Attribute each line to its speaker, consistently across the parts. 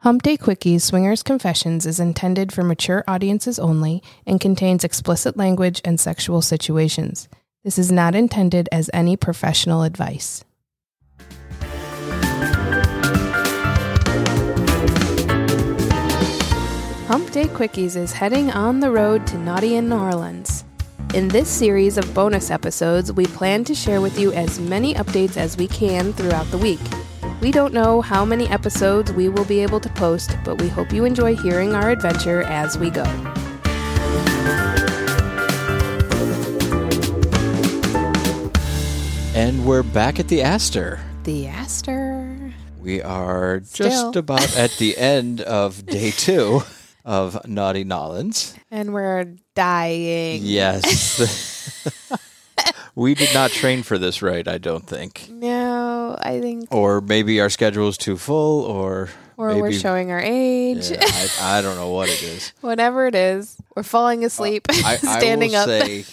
Speaker 1: Hump Day Quickies Swingers Confessions is intended for mature audiences only and contains explicit language and sexual situations. This is not intended as any professional advice. Hump Day Quickies is heading on the road to naughty in New Orleans. In this series of bonus episodes, we plan to share with you as many updates as we can throughout the week. We don't know how many episodes we will be able to post, but we hope you enjoy hearing our adventure as we go.
Speaker 2: And we're back at the Astor.
Speaker 1: The Aster.
Speaker 2: We are
Speaker 1: Still.
Speaker 2: just about at the end of day two of Naughty Nolans.
Speaker 1: And we're dying.
Speaker 2: Yes. we did not train for this right, I don't think.
Speaker 1: No, I think,
Speaker 2: Or maybe our schedule is too full, or,
Speaker 1: or
Speaker 2: maybe,
Speaker 1: we're showing our age.
Speaker 2: Yeah, I, I don't know what it is.
Speaker 1: Whatever it is, we're falling asleep,
Speaker 2: Uh, I,
Speaker 1: standing
Speaker 2: I will
Speaker 1: up.
Speaker 2: say,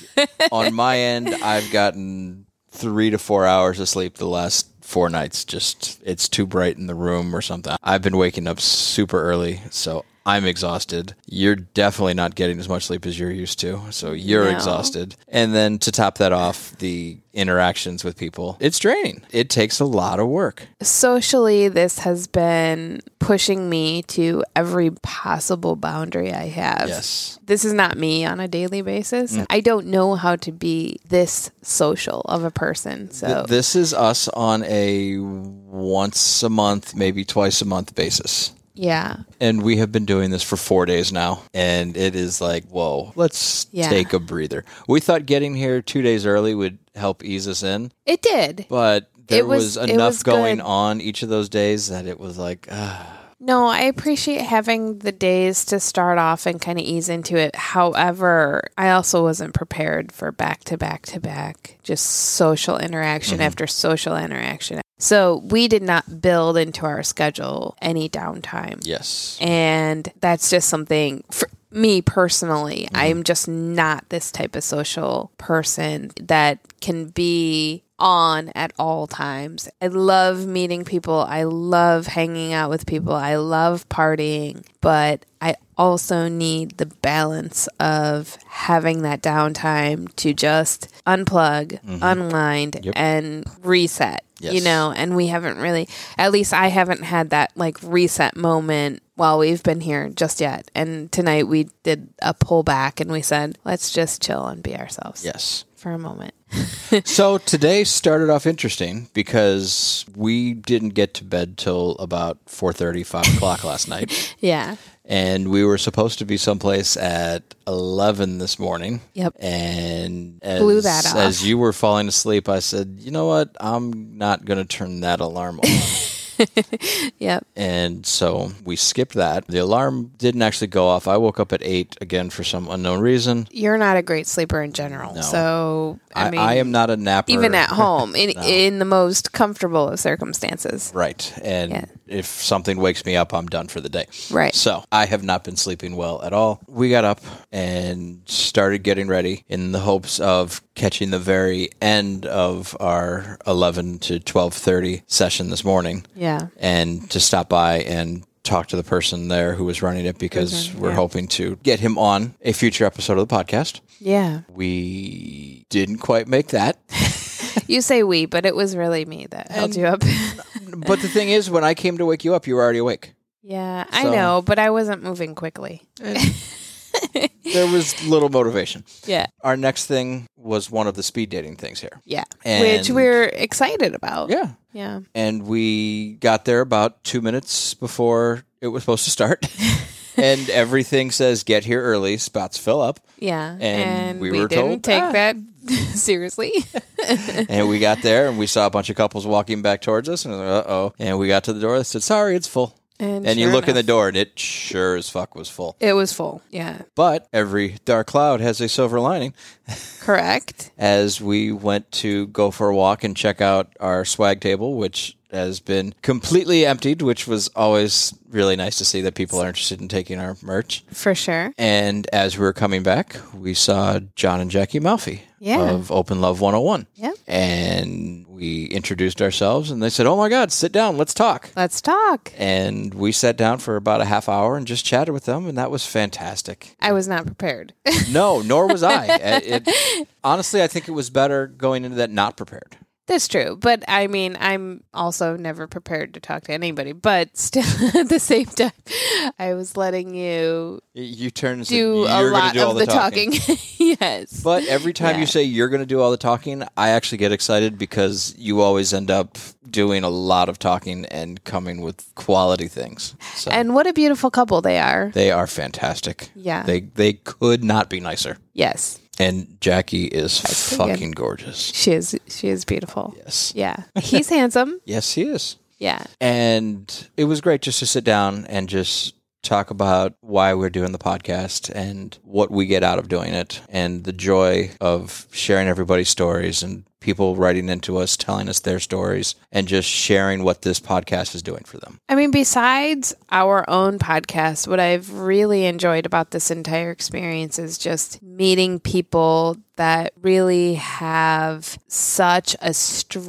Speaker 2: on my end, I've gotten three to four hours of sleep the last four nights. Just it's too bright in the room or something. I've been waking up super early, so I'm exhausted. You're definitely not getting as much sleep as you're used to, so you're
Speaker 1: No.
Speaker 2: exhausted. And then to top that off, the interactions with people, it's draining. It takes a lot of work.
Speaker 1: Socially, this has been pushing me to every possible boundary I have.
Speaker 2: Yes. Mm.
Speaker 1: This is not me on a daily basis. I don't know how to be this social of a person. So,
Speaker 2: Th- This is us on a once a month, maybe twice a month basis.
Speaker 1: yeah.
Speaker 2: And we have been doing this for four days now. And it is like, whoa, let's
Speaker 1: Yeah.
Speaker 2: take a breather. We thought getting here two days early would help ease us in,
Speaker 1: It did.
Speaker 2: but there
Speaker 1: It was-
Speaker 2: was,
Speaker 1: it
Speaker 2: enough
Speaker 1: was
Speaker 2: going
Speaker 1: good.
Speaker 2: on each of those days that it was like, ah,
Speaker 1: No, I appreciate having the days to start off and kind of ease into it. However, I also wasn't prepared for back to back to back, just social interaction after social interaction. So we did not build into our schedule any downtime.
Speaker 2: yes.
Speaker 1: And that's just something for me personally. I'm just not this type of social person that can be on at all times. I love meeting people. I love hanging out with people. I love partying, but I also need the balance of having that downtime to just unplug, unwind, and reset you
Speaker 2: Mm-hmm. Yes.
Speaker 1: know and we haven't really at least i haven't had that like reset moment while we've been here just yet and tonight we did a pullback and we said let's just chill and be ourselves
Speaker 2: Yes.
Speaker 1: for a moment
Speaker 2: so today started off interesting because we didn't get to bed till about 4.30, 5 o'clock last night.
Speaker 1: yeah
Speaker 2: And we were supposed to be someplace at 11 this morning.
Speaker 1: Yep.
Speaker 2: And as,
Speaker 1: Blew that off.
Speaker 2: as you were falling asleep, I said, you know what? I'm not going to turn that alarm off.
Speaker 1: yep
Speaker 2: and so we skipped that. The alarm didn't actually go off. I woke up at 8 again for some unknown reason.
Speaker 1: you're not a great sleeper in general so i,
Speaker 2: I,
Speaker 1: mean
Speaker 2: I am not a napper.
Speaker 1: even at home in in the most comfortable of circumstances
Speaker 2: Right. And
Speaker 1: Yeah.
Speaker 2: if something wakes me up, I'm done for the day.
Speaker 1: Right.
Speaker 2: So I have not been sleeping well at all. We got up and started getting ready in the hopes of catching the very end of our 11 to 12:30 session this morning
Speaker 1: yeah
Speaker 2: and to stop by and talk to the person there who was running it because
Speaker 1: Mm-hmm.
Speaker 2: we're hoping to get him on a future episode of the podcast.
Speaker 1: yeah
Speaker 2: We didn't quite make that.
Speaker 1: you say we but it was really me that held you up
Speaker 2: but the thing is when I came to wake you up, you were already awake.
Speaker 1: yeah i
Speaker 2: So-
Speaker 1: know but i wasn't moving quickly
Speaker 2: there was little motivation.
Speaker 1: yeah
Speaker 2: Our next thing was one of the speed dating things here.
Speaker 1: yeah
Speaker 2: And-
Speaker 1: which we're excited about
Speaker 2: Yeah.
Speaker 1: yeah
Speaker 2: And we got there about two minutes before it was supposed to start. and everything says get here early, spots fill up.
Speaker 1: Yeah, and, we,
Speaker 2: we were
Speaker 1: didn't
Speaker 2: told,
Speaker 1: take
Speaker 2: "Ah."
Speaker 1: that seriously.
Speaker 2: And we got there and we saw a bunch of couples walking back towards us and uh oh. And we got to the door that said, Sorry, it's full.
Speaker 1: And,
Speaker 2: And you
Speaker 1: sure
Speaker 2: look in the
Speaker 1: enough,
Speaker 2: door and it sure as fuck was full.
Speaker 1: It was full. Yeah,
Speaker 2: But every dark cloud has a silver lining.
Speaker 1: correct.
Speaker 2: as we went to go for a walk and check out our swag table, which has been completely emptied, which was always really nice to see that people are interested in taking our merch.
Speaker 1: For sure.
Speaker 2: And as we were coming back, we saw John and Jackie Malfi
Speaker 1: Yeah.
Speaker 2: of Open Love 101.
Speaker 1: Yep.
Speaker 2: And we We introduced ourselves and they said, Oh my God, sit down, let's talk.
Speaker 1: Let's talk.
Speaker 2: And we sat down for about a half hour and just chatted with them, and that was fantastic.
Speaker 1: I was not prepared.
Speaker 2: No, nor was I. It- it- honestly, I think it was better going into that not prepared.
Speaker 1: That's true. But I mean, I'm also never prepared to talk to anybody. But still, at the same time, I was letting you
Speaker 2: Y- You turn and say,
Speaker 1: do a
Speaker 2: You're going
Speaker 1: lot
Speaker 2: to do all
Speaker 1: of
Speaker 2: the, talking.
Speaker 1: yes.
Speaker 2: But every time
Speaker 1: Yeah.
Speaker 2: you say you're going to do all the talking, I actually get excited because you always end up doing a lot of talking and coming with quality things. So
Speaker 1: and what a beautiful couple they are.
Speaker 2: they are fantastic.
Speaker 1: Yeah.
Speaker 2: They they could not be nicer.
Speaker 1: yes.
Speaker 2: And Jackie is
Speaker 1: pretty good.
Speaker 2: fucking gorgeous.
Speaker 1: She is she is beautiful.
Speaker 2: Yes.
Speaker 1: Yeah. He's handsome.
Speaker 2: Yes, he is.
Speaker 1: Yeah.
Speaker 2: And it was great just to sit down and just talk about why we're doing the podcast and what we get out of doing it and the joy of sharing everybody's stories and people writing into us telling us their stories and just sharing what this podcast is doing for them.
Speaker 1: I mean, besides our own podcast, what I've really enjoyed about this entire experience is just meeting people that really have such a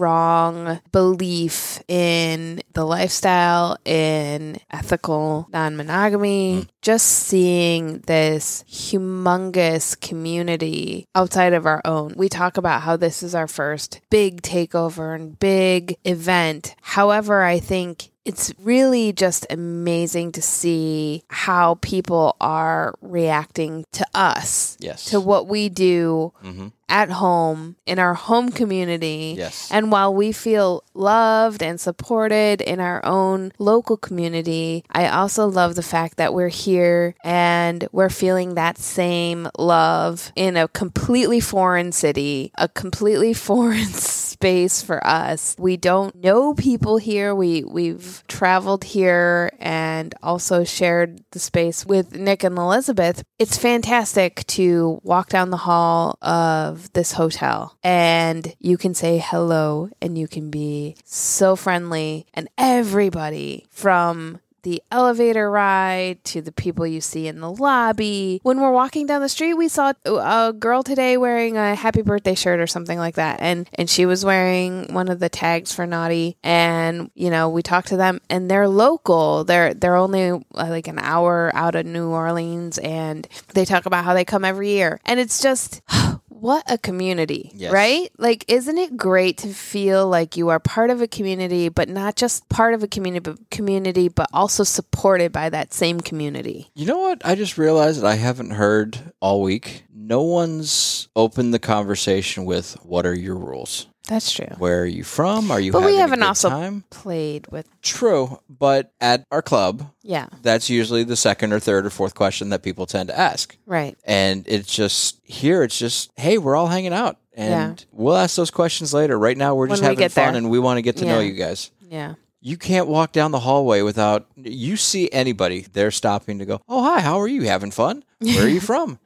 Speaker 1: strong belief in the lifestyle, in ethical non monogamy. Just seeing this humongous community outside of our own. We talk about how this is our first big takeover and big event. However, I think it's really just amazing to see how people are reacting to us,
Speaker 2: Yes.
Speaker 1: to what we do
Speaker 2: hmm
Speaker 1: at home in our home community.
Speaker 2: Yes.
Speaker 1: And while we feel loved and supported in our own local community, I also love the fact that we're here and we're feeling that same love in a completely foreign city, a completely foreign space for us. We don't know people here. We we've traveled here and also shared the space with Nick and Elizabeth. It's fantastic to walk down the hall of this hotel and you can say hello and you can be so friendly and everybody from the elevator ride to the people you see in the lobby. When we're walking down the street, we saw a girl today wearing a happy birthday shirt or something like that. And and she was wearing one of the tags for Naughty and you know, we talked to them and they're local. They're they're only uh, like an hour out of New Orleans and they talk about how they come every year. And it's just what a community,
Speaker 2: Yes.
Speaker 1: right? Like, isn't it great to feel like you are part of a community, but not just part of a community, but community, but also supported by that same community?
Speaker 2: You know what? I just realized that I haven't heard all week. No one's opened the conversation with what are your rules?
Speaker 1: That's true.
Speaker 2: Where are you from? Are you
Speaker 1: But we
Speaker 2: having a
Speaker 1: haven't
Speaker 2: good
Speaker 1: also
Speaker 2: time?
Speaker 1: played with,
Speaker 2: True, but at our club,
Speaker 1: yeah,
Speaker 2: that's usually the second or third or fourth question that people tend to ask.
Speaker 1: right.
Speaker 2: And it's just here, it's just, hey, we're all hanging out. And we'll ask those questions later. Right now, we're just
Speaker 1: When we
Speaker 2: having
Speaker 1: get
Speaker 2: fun
Speaker 1: there.
Speaker 2: and we want to get to know
Speaker 1: Yeah.
Speaker 2: you guys.
Speaker 1: Yeah.
Speaker 2: You can't walk down the hallway without you see anybody, they're stopping to go, oh, hi, how are you? Having fun? Where are you from?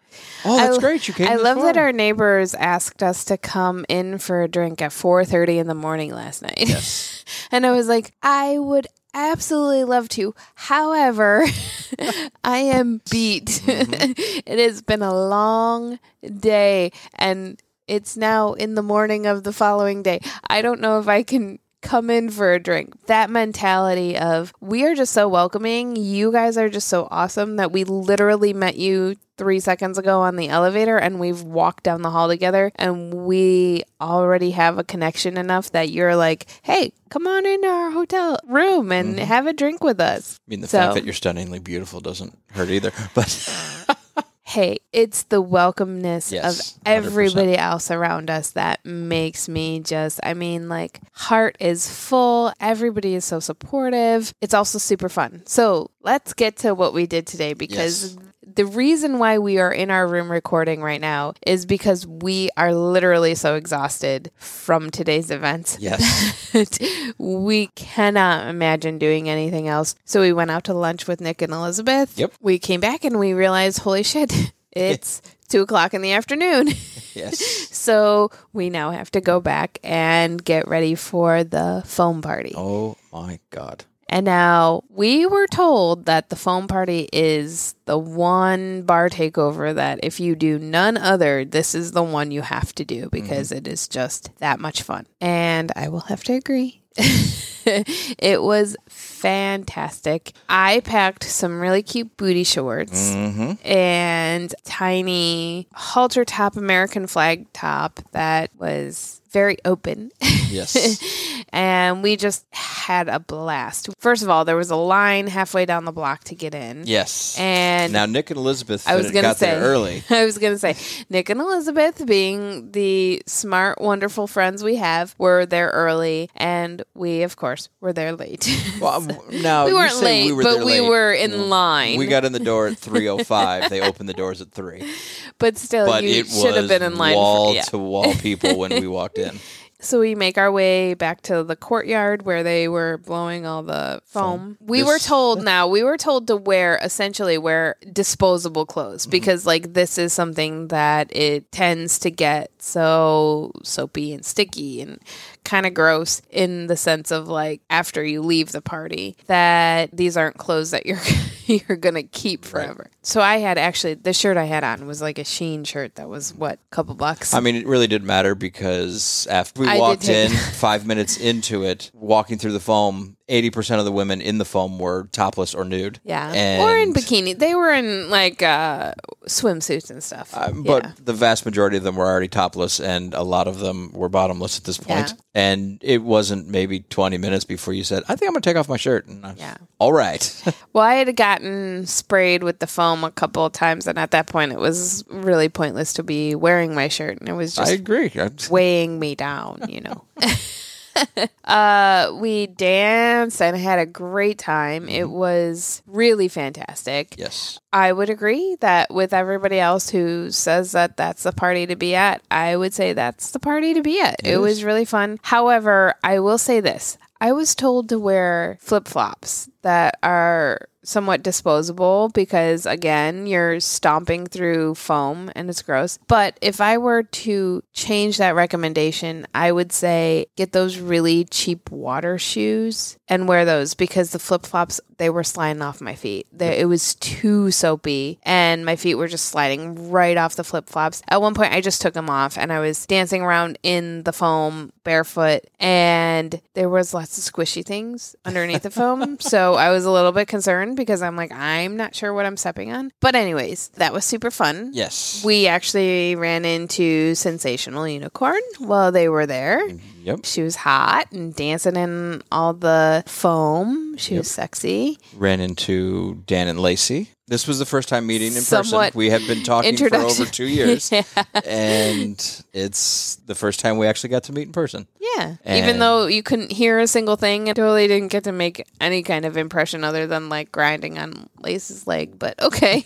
Speaker 2: Oh, that's
Speaker 1: I-
Speaker 2: great. You came
Speaker 1: I
Speaker 2: this
Speaker 1: love that
Speaker 2: far."
Speaker 1: our neighbors asked us to come in for a drink at 4:30 in the morning last night. and I was like, I would absolutely love to. However, I am beat.
Speaker 2: Mm-hmm.
Speaker 1: it has been a long day and it's now in the morning of the following day. I don't know if I can come in for a drink. That mentality of we are just so welcoming. You guys are just so awesome that we literally met you three seconds ago on the elevator and we've walked down the hall together and we already have a connection enough that you're like, hey, come on into our hotel room and have a drink with us.
Speaker 2: I mean, the
Speaker 1: So-
Speaker 2: fact that you're stunningly beautiful doesn't hurt either. But
Speaker 1: hey, it's the welcomeness
Speaker 2: Yes,
Speaker 1: of
Speaker 2: 100%.
Speaker 1: everybody else around us that makes me just, I mean, like, heart is full. Everybody is so supportive. It's also super fun. So let's get to what we did today because. The reason why we are in our room recording right now is because we are literally so exhausted from today's events
Speaker 2: yes.
Speaker 1: we cannot imagine doing anything else. So we went out to lunch with Nick and Elizabeth.
Speaker 2: Yep.
Speaker 1: We came back and we realized, holy shit, it's two o'clock in the afternoon.
Speaker 2: Yes.
Speaker 1: so we now have to go back and get ready for the foam party.
Speaker 2: Oh, my God.
Speaker 1: And now we were told that the foam party is the one bar takeover that if you do none other, this is the one you have to do because it is just that much fun. And I will have to agree. it was fantastic. I packed some really cute booty shorts
Speaker 2: Mm-hmm.
Speaker 1: and tiny halter top American flag top that was very open.
Speaker 2: Yes.
Speaker 1: and we just had a blast. First of all, there was a line halfway down the block to get in.
Speaker 2: yes.
Speaker 1: And
Speaker 2: now Nick and Elizabeth
Speaker 1: I was
Speaker 2: fit-
Speaker 1: gonna
Speaker 2: got
Speaker 1: say
Speaker 2: there early.
Speaker 1: I was gonna say Nick and Elizabeth, being the smart, wonderful friends we have, were there early, and we, of course, were there late.
Speaker 2: Well, um, no,
Speaker 1: we
Speaker 2: you
Speaker 1: weren't
Speaker 2: say
Speaker 1: late,
Speaker 2: we were
Speaker 1: but
Speaker 2: there
Speaker 1: we
Speaker 2: late. Mm.
Speaker 1: were in line.
Speaker 2: We got in the door at 3:05. they opened the doors at 3.
Speaker 1: but still,
Speaker 2: But
Speaker 1: you
Speaker 2: it
Speaker 1: should have
Speaker 2: was
Speaker 1: been in line.
Speaker 2: wall
Speaker 1: for, yeah.
Speaker 2: to wall people when we walked in.
Speaker 1: So we make our way back to the courtyard where they were blowing all the foam. We
Speaker 2: This-
Speaker 1: were told now, we were told to wear essentially wear disposable clothes because like this is something that it tends to get so soapy and sticky and kind of gross in the sense of like after you leave the party that these aren't clothes that you're you're going to keep forever. So I had actually the shirt I had on was like a Sheen shirt that was what couple bucks.
Speaker 2: I mean, it really didn't matter because after we
Speaker 1: I did
Speaker 2: walked in,
Speaker 1: take-
Speaker 2: five minutes into it, walking through the foam, 80% of the women in the foam were topless or nude.
Speaker 1: Yeah.
Speaker 2: And-
Speaker 1: or in bikini. They were in like uh, swimsuits and stuff.
Speaker 2: Uh, But
Speaker 1: yeah.
Speaker 2: the vast majority of them were already topless, and a lot of them were bottomless at this point.
Speaker 1: Yeah.
Speaker 2: And it wasn't maybe 20 minutes before you said, I think I'm going to take off my shirt. And I was,
Speaker 1: Yeah.
Speaker 2: All right.
Speaker 1: Well, I had gotten sprayed with the foam a couple of times, and at that point, it was really pointless to be wearing my shirt, and it was
Speaker 2: I
Speaker 1: just
Speaker 2: agree. I-
Speaker 1: weighing me down, you know. uh, we danced and had a great time.
Speaker 2: Mm-hmm.
Speaker 1: It was really fantastic.
Speaker 2: yes.
Speaker 1: I would agree that with everybody else who says that that's the party to be at, I would say that's the party to be at. It, was really fun. However, I will say this I was told to wear flip flops that are somewhat disposable because, again, you're stomping through foam and it's gross. But if I were to change that recommendation, I would say get those really cheap water shoes and wear those because the flip flops they were sliding off my feet. They, it was too soapy, and my feet were just sliding right off the flip flops. At one point, I just took them off, and I was dancing around in the foam barefoot, and there was lots of squishy things underneath the foam. So I was a little bit concerned because I'm like, I'm not sure what I'm stepping on. But anyways, that was super fun.
Speaker 2: Yes.
Speaker 1: We actually ran into Sensational Unicorn while they were there.
Speaker 2: yep.
Speaker 1: She was hot and dancing in all the foam. She was sexy.
Speaker 2: ran into Dan and Lacey. This was the first time meeting in person.
Speaker 1: Somewhat
Speaker 2: We have been talking for
Speaker 1: introduction.
Speaker 2: over two years, and it's the first time we actually got to meet in person.
Speaker 1: Yeah. Even
Speaker 2: And-
Speaker 1: though you couldn't hear a single thing and totally didn't get to make any kind of impression other than like grinding on Lace's leg, but okay.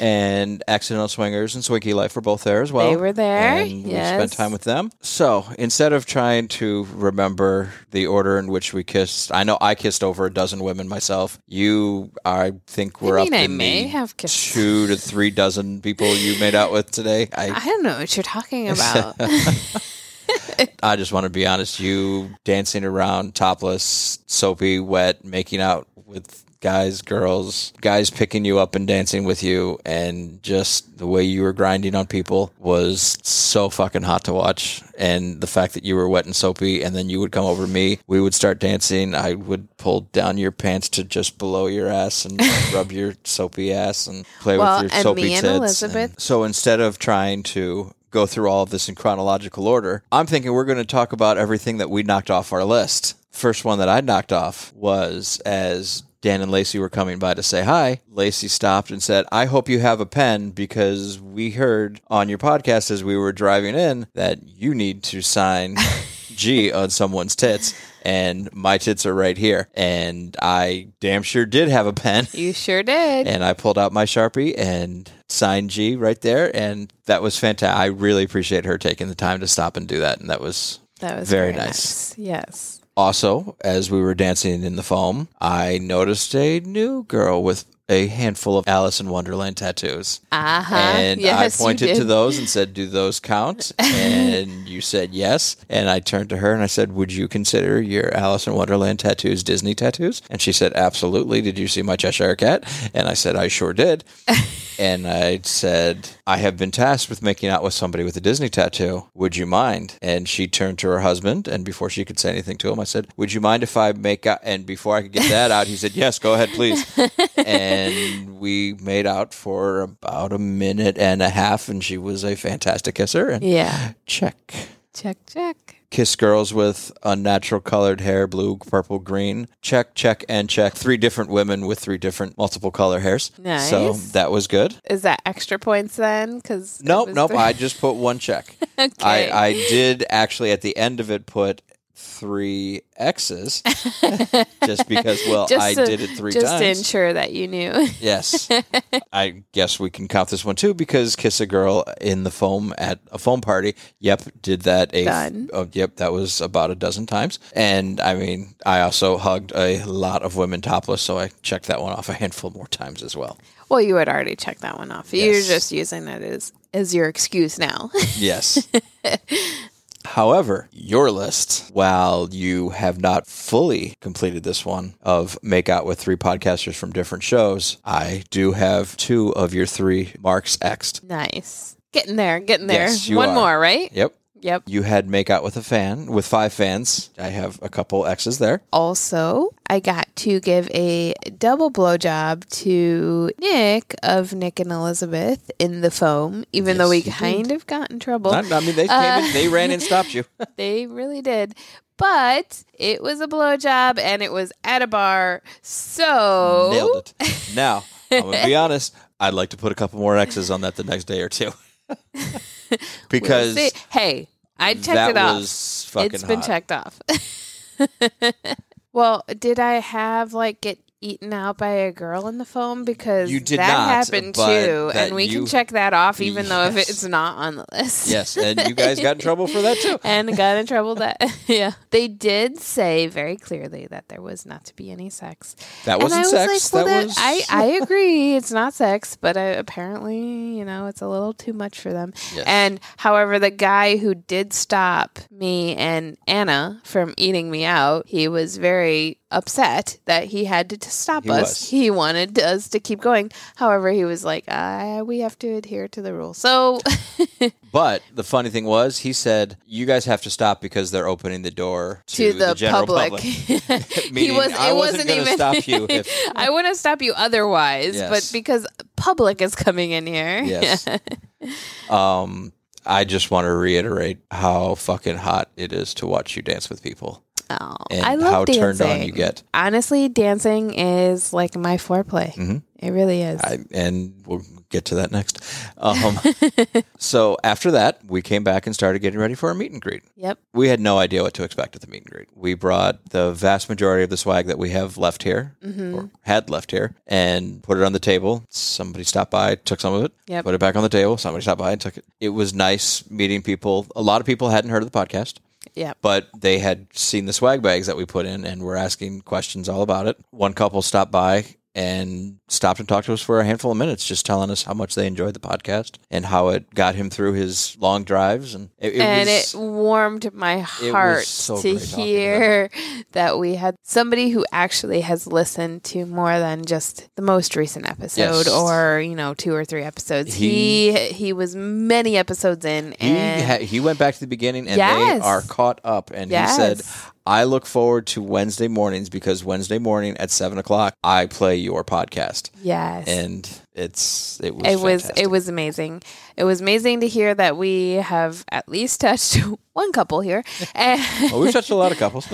Speaker 2: And Accidental Swingers and Swinky Life were both there as well.
Speaker 1: They were there,
Speaker 2: And we
Speaker 1: yes.
Speaker 2: spent time with them. So instead of trying to remember the order in which we kissed, I know I kissed over a dozen women myself. You, I think, were
Speaker 1: I mean,
Speaker 2: up
Speaker 1: I
Speaker 2: in
Speaker 1: may
Speaker 2: the
Speaker 1: have kissed.
Speaker 2: two to three dozen people you made out with today. I
Speaker 1: I don't know what you're talking about.
Speaker 2: I just want to be honest. You dancing around topless, soapy, wet, making out with guys, girls, guys picking you up and dancing with you, and just the way you were grinding on people was so fucking hot to watch. And the fact that you were wet and soapy, and then you would come over to me, we would start dancing. I would pull down your pants to just below your ass and rub your soapy ass and play
Speaker 1: Well,
Speaker 2: with your
Speaker 1: and
Speaker 2: soapy
Speaker 1: me and
Speaker 2: tits.
Speaker 1: Elizabeth
Speaker 2: So instead of trying to go through all of this in chronological order, I'm thinking we're going to talk about everything that we knocked off our list. First one that I knocked off was as Dan and Lacey were coming by to say hi, Lacey stopped and said, I hope you have a pen because we heard on your podcast as we were driving in that you need to sign G on someone's tits. And my tits are right here. And I damn sure did have a pen.
Speaker 1: you sure did.
Speaker 2: And I pulled out my Sharpie and signed G right there. And that was fantastic. I really appreciate her taking the time to stop and do that. And that was
Speaker 1: That was
Speaker 2: Very
Speaker 1: very nice. Yes.
Speaker 2: also, as we were dancing in the foam, I noticed a new girl with a handful of Alice in Wonderland tattoos.
Speaker 1: Uh-huh.
Speaker 2: And
Speaker 1: Yes,
Speaker 2: I
Speaker 1: you
Speaker 2: pointed to
Speaker 1: did.
Speaker 2: those and said, Do those count? and you said yes. And I turned to her and I said, Would you consider your Alice in Wonderland tattoos Disney tattoos? And she said, Absolutely. Did you see my Cheshire Cat? And I said, I sure did. and I said, I have been tasked with making out with somebody with a Disney tattoo. Would you mind? And she turned to her husband. And before she could say anything to him, I said, Would you mind if I make out? And before I could get that out, he said, Yes, go ahead, please and we made out for about a minute and a half, and she was a fantastic kisser. And
Speaker 1: Yeah.
Speaker 2: check.
Speaker 1: Check, check.
Speaker 2: Kiss girls with unnatural colored hair, blue, purple, green. Check, check, and check. Three different women with three different multiple color hairs.
Speaker 1: Nice.
Speaker 2: So that was good.
Speaker 1: Is that extra points then? Because
Speaker 2: Nope, nope. I just put one check.
Speaker 1: Okay.
Speaker 2: I, I did actually at the end of it put three X's just because, well,
Speaker 1: Just
Speaker 2: I
Speaker 1: to-
Speaker 2: did it three
Speaker 1: just
Speaker 2: times.
Speaker 1: to ensure that you knew.
Speaker 2: Yes. I guess we can count this one too because kiss a girl in the foam at a foam party. Yep, did that a
Speaker 1: Done.
Speaker 2: oh, yep, that was about a dozen times. And I mean, I also hugged a lot of women topless, so I checked that one off a handful more times as well.
Speaker 1: well, you had already checked that one off.
Speaker 2: Yes.
Speaker 1: You're just using it as as your excuse now.
Speaker 2: Yes. However, your list, while you have not fully completed this one of make out with three podcasters from different shows, I do have two of your three marks Xed.
Speaker 1: nice. Getting there, getting there.
Speaker 2: Yes, you
Speaker 1: one
Speaker 2: are.
Speaker 1: more, right?
Speaker 2: Yep.
Speaker 1: Yep.
Speaker 2: you had make out with a fan with five fans. I have a couple X's there.
Speaker 1: Also, I got to give a double blowjob to Nick of Nick and Elizabeth in the foam, even though we
Speaker 2: Yes, you
Speaker 1: kind of got in trouble.
Speaker 2: I, I mean, they came in, they ran and stopped you.
Speaker 1: They really did. But it was a blowjob and it was at a bar. So
Speaker 2: Nailed it. Now, I'm gonna be honest. I'd like to put a couple more X's on that the next day or two
Speaker 1: we'll
Speaker 2: because
Speaker 1: see. hey, I checked
Speaker 2: that
Speaker 1: it off.
Speaker 2: was fucking
Speaker 1: it's been
Speaker 2: hot.
Speaker 1: checked off. well, did I have like get eaten out by a girl in the foam because
Speaker 2: You did
Speaker 1: that
Speaker 2: not,
Speaker 1: happened
Speaker 2: but
Speaker 1: too,
Speaker 2: that
Speaker 1: and we
Speaker 2: you-
Speaker 1: can check that off even though if
Speaker 2: Yes.
Speaker 1: it's not on the list.
Speaker 2: Yes, and you guys got in trouble for that too.
Speaker 1: and got in trouble that yeah they did say very clearly that there was not to be any sex
Speaker 2: That
Speaker 1: and I
Speaker 2: wasn't
Speaker 1: was
Speaker 2: sex.
Speaker 1: like, well,
Speaker 2: that,
Speaker 1: that-
Speaker 2: was
Speaker 1: I, I agree it's not sex but I, apparently you know it's a little too much for them
Speaker 2: Yes.
Speaker 1: and however the guy who did stop me and anna from eating me out he was very upset that he had to, to stop
Speaker 2: He
Speaker 1: us
Speaker 2: was.
Speaker 1: he wanted us to keep going however he was like uh, we have to adhere to the rules so
Speaker 2: But the funny thing was, he said, "You guys have to stop because they're opening the door to,
Speaker 1: to the,
Speaker 2: general
Speaker 1: public.
Speaker 2: public." Meaning,
Speaker 1: was-
Speaker 2: I
Speaker 1: it wasn't
Speaker 2: wasn't going to
Speaker 1: even-
Speaker 2: stop you if
Speaker 1: I wouldn't stop you otherwise,
Speaker 2: Yes.
Speaker 1: but because public is coming in here.
Speaker 2: Yes. um, I just want to reiterate how fucking hot it is to watch you dance with people
Speaker 1: Oh,
Speaker 2: and
Speaker 1: I love
Speaker 2: how
Speaker 1: dancing.
Speaker 2: turned on you get.
Speaker 1: Honestly, dancing is like my foreplay.
Speaker 2: Mhm.
Speaker 1: It really is.
Speaker 2: I, and we'll get to that next. Um, so after that, we came back and started getting ready for our meet and greet.
Speaker 1: yep.
Speaker 2: We had no idea what to expect at the meet and greet. We brought the vast majority of the swag that we have left here,
Speaker 1: Mm-hmm.
Speaker 2: or had left here, and put it on the table. Somebody stopped by, took some of it,
Speaker 1: Yep.
Speaker 2: put it back on the table. Somebody stopped by and took it. It was nice meeting people. A lot of people hadn't heard of the podcast.
Speaker 1: Yep.
Speaker 2: but they had seen the swag bags that we put in and were asking questions all about it. One couple stopped by and stopped and talked to us for a handful of minutes, just telling us how much they enjoyed the podcast and how it got him through his long drives. And it, it
Speaker 1: and
Speaker 2: was,
Speaker 1: it warmed my
Speaker 2: was
Speaker 1: heart
Speaker 2: so
Speaker 1: to
Speaker 2: great talking to them.
Speaker 1: hear that we had somebody who actually has listened to more than just the most recent episode
Speaker 2: Yes.
Speaker 1: or, you know, two or three episodes.
Speaker 2: He-
Speaker 1: He he, was many episodes in
Speaker 2: he,
Speaker 1: and
Speaker 2: ha- he went back to the beginning and
Speaker 1: Yes.
Speaker 2: they are caught up. And he
Speaker 1: Yes.
Speaker 2: said, I look forward to Wednesday mornings because Wednesday morning at seven o'clock, I play your podcast.
Speaker 1: yes.
Speaker 2: And it's, it was,
Speaker 1: it was
Speaker 2: fantastic.
Speaker 1: it was amazing. It was amazing to hear that we have at least touched one couple here, and,
Speaker 2: Well, we've touched a lot of couples.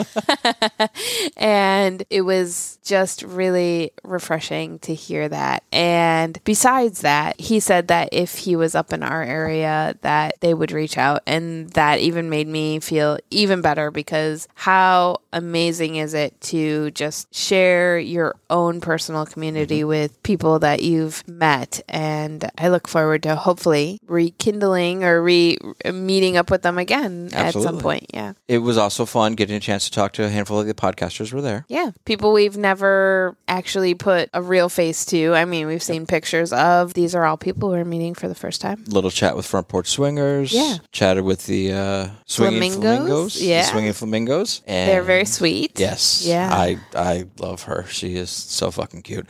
Speaker 1: and it was just really refreshing to hear that. And besides that, he said that if he was up in our area, that they would reach out, and that even made me feel even better because how amazing is it to just share your own personal community with people that you've met. And I look forward to hopefully rekindling or re meeting up with them again at some
Speaker 2: Absolutely.
Speaker 1: point. Yeah.
Speaker 2: It was also fun getting a chance to talk to a handful of the podcasters were there.
Speaker 1: Yeah. People we've never actually put a real face to. I mean, we've seen pictures of these are all people we're meeting for the first time.
Speaker 2: Little chat with front porch swingers.
Speaker 1: Yeah.
Speaker 2: Chatted with the uh, swinging
Speaker 1: Flamingos?
Speaker 2: flamingos. the
Speaker 1: Yeah.
Speaker 2: swinging flamingos. And
Speaker 1: They're very sweet.
Speaker 2: Yes.
Speaker 1: Yeah.
Speaker 2: I I love her. She is so fucking cute.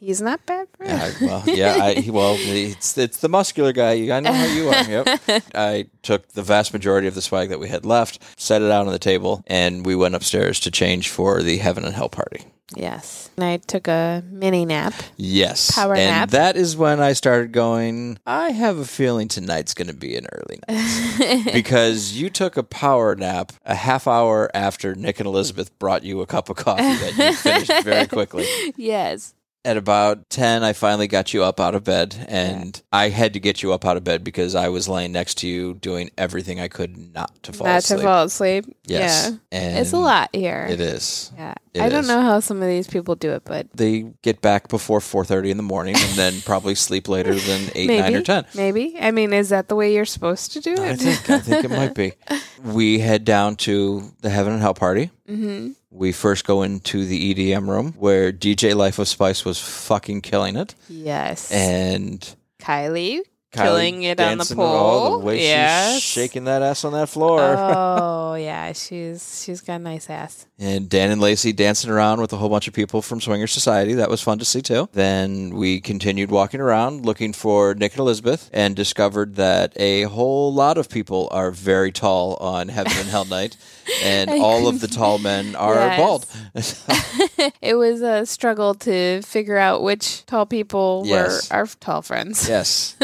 Speaker 1: He's not bad for
Speaker 2: Yeah, I- well, yeah. I, he- well, it's it's the muscular guy. I know how you are. Yep. I took the vast majority of the swag that we had left, set it out on the table, and we went upstairs to change for the heaven and hell party.
Speaker 1: Yes. And I took a mini nap.
Speaker 2: Yes.
Speaker 1: Power
Speaker 2: and
Speaker 1: nap.
Speaker 2: that is when I started going, I have a feeling tonight's going to be an early night. because you took a power nap a half hour after Nick and Elizabeth brought you a cup of coffee that you finished very quickly.
Speaker 1: Yes.
Speaker 2: At about 10, I finally got you up out of bed. And I had to get you up out of bed because I was laying next to you doing everything I could not to fall
Speaker 1: not
Speaker 2: asleep.
Speaker 1: to fall asleep.
Speaker 2: Yes.
Speaker 1: Yeah.
Speaker 2: And
Speaker 1: It's a lot here.
Speaker 2: It is.
Speaker 1: Yeah.
Speaker 2: It
Speaker 1: I don't
Speaker 2: is.
Speaker 1: know how some of these people do it, but
Speaker 2: They get back before 4.30 in the morning and then probably sleep later than 8, 9, or 10.
Speaker 1: Maybe. I mean, is that the way you're supposed to do it?
Speaker 2: I think I think it might be. We head down to the Heaven and Hell party. Mm-hmm. We first go into the EDM room where DJ Life of Spice was fucking killing it,
Speaker 1: yes.
Speaker 2: and
Speaker 1: Kylie,
Speaker 2: Kylie
Speaker 1: killing it on the
Speaker 2: dancing with all
Speaker 1: pole.
Speaker 2: the way
Speaker 1: yes.
Speaker 2: she's shaking that ass on that floor,
Speaker 1: Oh yeah, she's she's got a nice ass.
Speaker 2: and Dan and Lacey dancing around with a whole bunch of people from Swinger Society. That was fun to see too. Then we continued walking around looking for Nick and Elizabeth, and discovered that a whole lot of people are very tall on Heaven and Hell Night, and all of the tall men are
Speaker 1: Yes.
Speaker 2: bald.
Speaker 1: It was a struggle to figure out which tall people
Speaker 2: Yes.
Speaker 1: were our tall friends.
Speaker 2: Yes.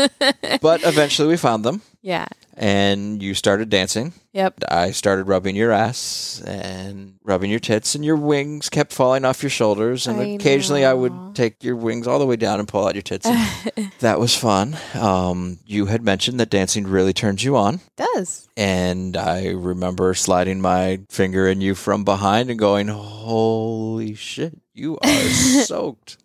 Speaker 2: but eventually we found them
Speaker 1: Yeah.
Speaker 2: and you started dancing.
Speaker 1: Yep.
Speaker 2: I started rubbing your ass and rubbing your tits and your wings kept falling off your shoulders and
Speaker 1: I
Speaker 2: occasionally I
Speaker 1: know.
Speaker 2: would take your wings all the way down and pull out your tits. And that was fun. Um, you had mentioned that dancing really turns you on
Speaker 1: Does.
Speaker 2: and I remember sliding my finger in you from behind and going, "Holy shit, you are soaked."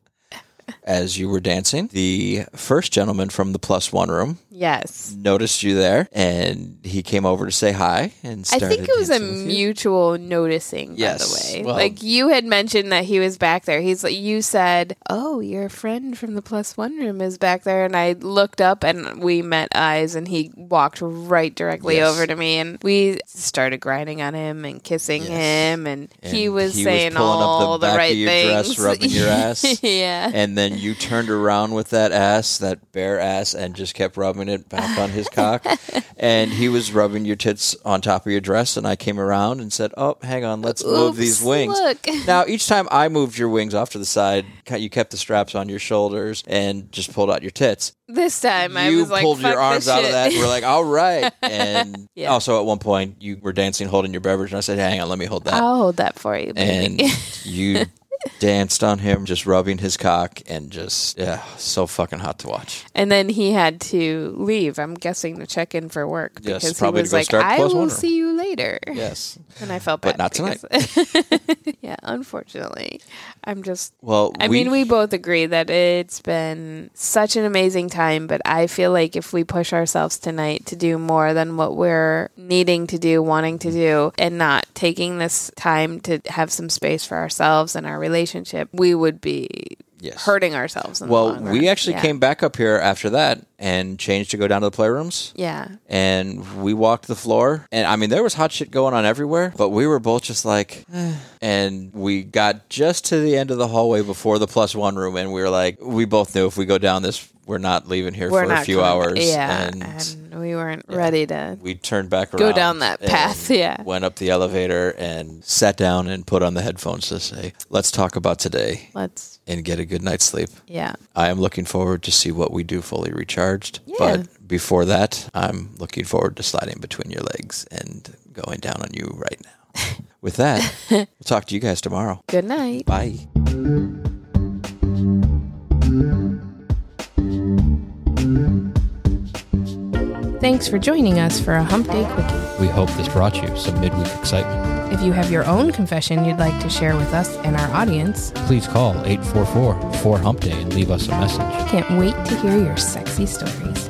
Speaker 2: As you were dancing, the first gentleman from the plus one room
Speaker 1: Yes.
Speaker 2: noticed you there, and he came over to say hi and
Speaker 1: I
Speaker 2: started.
Speaker 1: think it was a
Speaker 2: dancing with you.
Speaker 1: mutual noticing,
Speaker 2: Yes.
Speaker 1: by the way.
Speaker 2: Well-
Speaker 1: like you had mentioned that he was back there. He's like you said, Oh, your friend from the plus one room is back there and I looked up and we met eyes and he walked right directly
Speaker 2: Yes.
Speaker 1: over to me and we started grinding on him and kissing
Speaker 2: Yes.
Speaker 1: him and, he
Speaker 2: And
Speaker 1: was
Speaker 2: he was
Speaker 1: saying
Speaker 2: pulling up the
Speaker 1: all the,
Speaker 2: back of
Speaker 1: right
Speaker 2: your dress,
Speaker 1: things.
Speaker 2: rubbing your ass.
Speaker 1: yeah.
Speaker 2: And then you turned around with that ass, that bare ass, and just kept rubbing it back on his cock. And he was rubbing your tits on top of your dress. And I came around and said, Oh, hang on, let's move
Speaker 1: Oops,
Speaker 2: these wings.
Speaker 1: Look.
Speaker 2: Now, each time I moved your wings off to the side, ca- you kept the straps on your shoulders and just pulled out your tits.
Speaker 1: This time I
Speaker 2: you
Speaker 1: was like,
Speaker 2: pulled your
Speaker 1: "Fuck
Speaker 2: arms
Speaker 1: this
Speaker 2: out of
Speaker 1: shit."
Speaker 2: that. And we're like, all right. And
Speaker 1: Yeah.
Speaker 2: also, at one point, you were dancing, holding your beverage, and I said, hang on, let me hold that.
Speaker 1: I'll hold that for you,
Speaker 2: and
Speaker 1: baby.
Speaker 2: you danced on him, just rubbing his cock, and just yeah, so fucking hot to watch.
Speaker 1: And then he had to leave, I'm guessing, to check in for work
Speaker 2: Yes,
Speaker 1: because
Speaker 2: probably
Speaker 1: he was
Speaker 2: to go
Speaker 1: like,
Speaker 2: start
Speaker 1: I
Speaker 2: Plus One
Speaker 1: will
Speaker 2: Room."
Speaker 1: see you later.
Speaker 2: Yes.
Speaker 1: And I felt bad.
Speaker 2: But not tonight.
Speaker 1: because- yeah, unfortunately. I'm just.
Speaker 2: Well,
Speaker 1: I mean, we both agree that it's been such an amazing time, but I feel like if we push ourselves tonight to do more than what we're needing to do, wanting to do, and not taking this time to have some space for ourselves and our relationship, we would be
Speaker 2: yes.
Speaker 1: hurting ourselves. In the
Speaker 2: Well,
Speaker 1: long run.
Speaker 2: we actually
Speaker 1: Yeah.
Speaker 2: came back up here after that and changed to go down to the playrooms.
Speaker 1: Yeah.
Speaker 2: And we walked the floor, and I mean, there was hot shit going on everywhere, but we were both just like, eh. and we got just to the end of the hallway before the plus one room, and we were like, we both knew if we go down this, we're not leaving here
Speaker 1: we're
Speaker 2: for
Speaker 1: not
Speaker 2: a few
Speaker 1: coming
Speaker 2: hours.
Speaker 1: back. Yeah,
Speaker 2: and,
Speaker 1: and, we weren't ready to.
Speaker 2: we turned back around.
Speaker 1: Go down that path,
Speaker 2: and
Speaker 1: yeah.
Speaker 2: Went up the elevator and sat down and put on the headphones to say, let's talk about today
Speaker 1: Let's.
Speaker 2: and get a good night's sleep.
Speaker 1: Yeah,
Speaker 2: I am looking forward to see what we do fully recharged.
Speaker 1: Yeah.
Speaker 2: But before that, I'm looking forward to sliding between your legs and going down on you right now. With that, we'll talk to you guys tomorrow.
Speaker 1: good night.
Speaker 2: Bye.
Speaker 1: Thanks for joining us for a Hump Day Quickie.
Speaker 2: We hope this brought you some midweek excitement.
Speaker 1: If you have your own confession you'd like to share with us and our audience,
Speaker 2: Please call 844-4HUMP DAY and leave us a message.
Speaker 1: can't wait to hear your sexy stories.